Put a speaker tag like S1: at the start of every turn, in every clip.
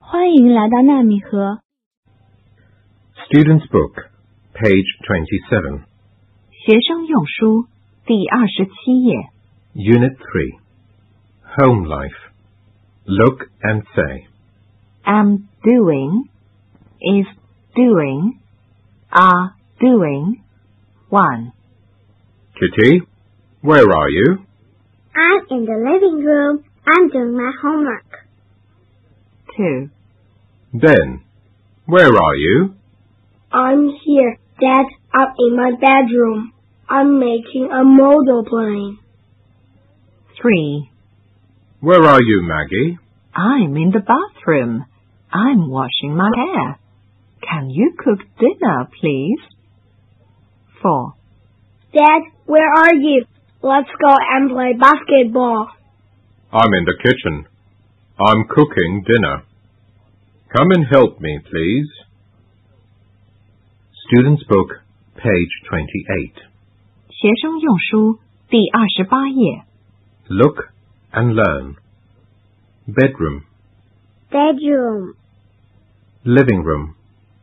S1: 欢迎来到纳米河
S2: Student's Book, page 27,
S3: 学生用书第二十七页。
S2: Unit 3. Home Life. Look and say.
S3: am doing, is doing, are doing. 1.
S2: Kitty, where are you?
S4: I'm in the living room. I'm doing my homework.
S3: 2.
S2: Ben, where are you?
S4: I'm here, Dad. I'm in my bedroom. I'm making a model plane.
S3: 3.
S2: Where are you, Maggie?
S3: I'm in the bathroom. I'm washing my hair. Can you cook dinner, please? 4.
S4: Dad, where are you? Let's go and play basketball.
S2: I'm in the kitchen. I'm cooking dinner. Come and help me, please. Student's Book, page 28.
S3: 学生用书第二十八页。
S2: Look and learn. Bedroom,
S4: Bedroom,
S2: living room,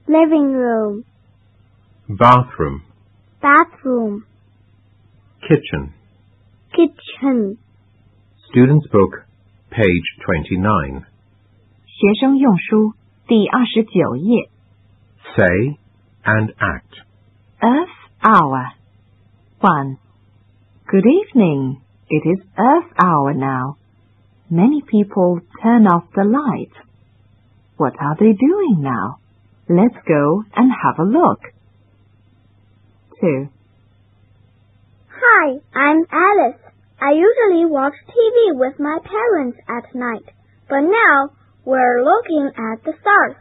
S4: living room,
S2: bathroom,
S4: bathroom,
S2: kitchen.
S4: kitchen,
S2: Student's Book, page 29.
S3: 学生用书第二十九页。
S2: Say and act.
S3: Earth hour. 1. Good evening. It is Earth hour now. Many people turn off the light. What are they doing now? Let's go and have a look. 2.
S4: Hi, I'm Alice. I usually watch TV with my parents at night, but now we're looking at the stars.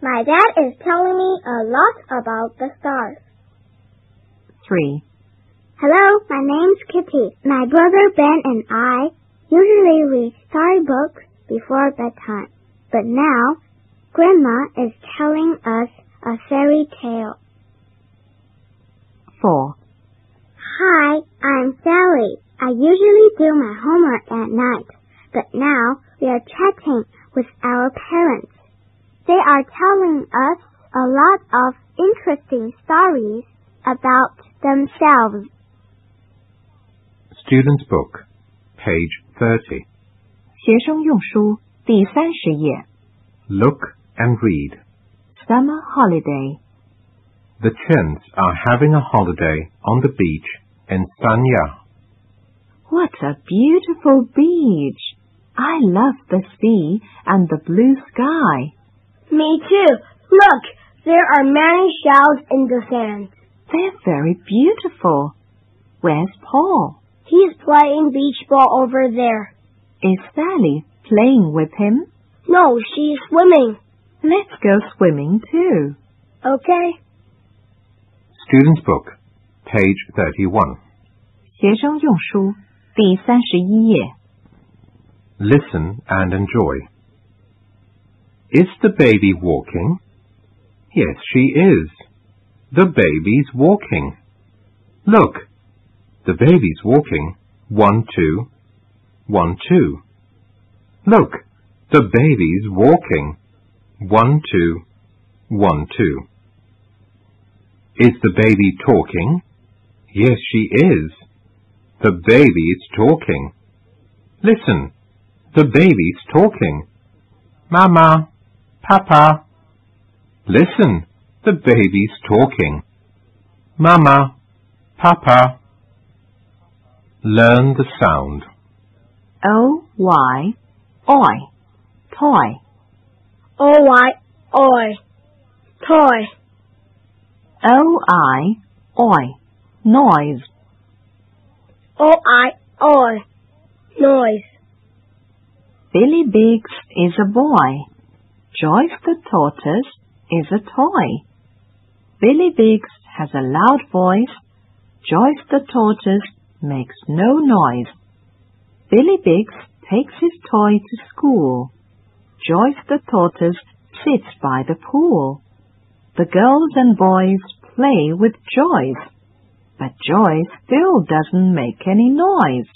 S4: My dad is telling me a lot about the stars.
S3: 3.
S4: Hello, my name's Kitty. My brother Ben and I usually read story books before bedtime, but now Grandma is telling us a fairy tale.
S3: 4.
S4: Hi, I'm Sally. I usually do my homework at night, but now we are chatting with our parents. They are telling us a lot of interesting stories about themselves.
S2: Student's Book, page 30.
S3: 学生用书第三十页。
S2: Look and read.
S3: Summer holiday.
S2: The Chens are having a holiday on the beach in Sanya.
S3: What a beautiful beach! I love the sea and the blue sky.
S4: Me too. Look, there are many shells in the sand.
S3: They're very beautiful. Where's Paul?
S4: He's playing beach ball over there.
S3: Is Sally playing with him?
S4: No, she's swimming.
S3: Let's go swimming too.
S4: Okay.
S2: Student's Book, page 31.
S3: 学生用书第三十一页。
S2: Listen and enjoy. Is the baby walking? Yes, she is. The baby's walking. Look, the baby's walking. One, two, one, two. Look, the baby's walking. One, two, one, two. Is the baby talking? Yes, she is. The baby's talking. Listen. The baby's talking. Mama, Papa. Listen, the baby's talking. Mama, Papa. Learn the sound.
S3: O Y Oh, Oi Toy.
S4: Oh, I, oi, toy,
S3: O Oh, I Oi Noise.
S4: oh, I, oi, noise,
S3: Billy Biggs is a boy. Joyce the tortoise is a toy. Billy Biggs has a loud voice. Joyce the tortoise makes no noise. Billy Biggs takes his toy to school. Joyce the tortoise sits by the pool. The girls and boys play with Joyce, but Joyce still doesn't make any noise.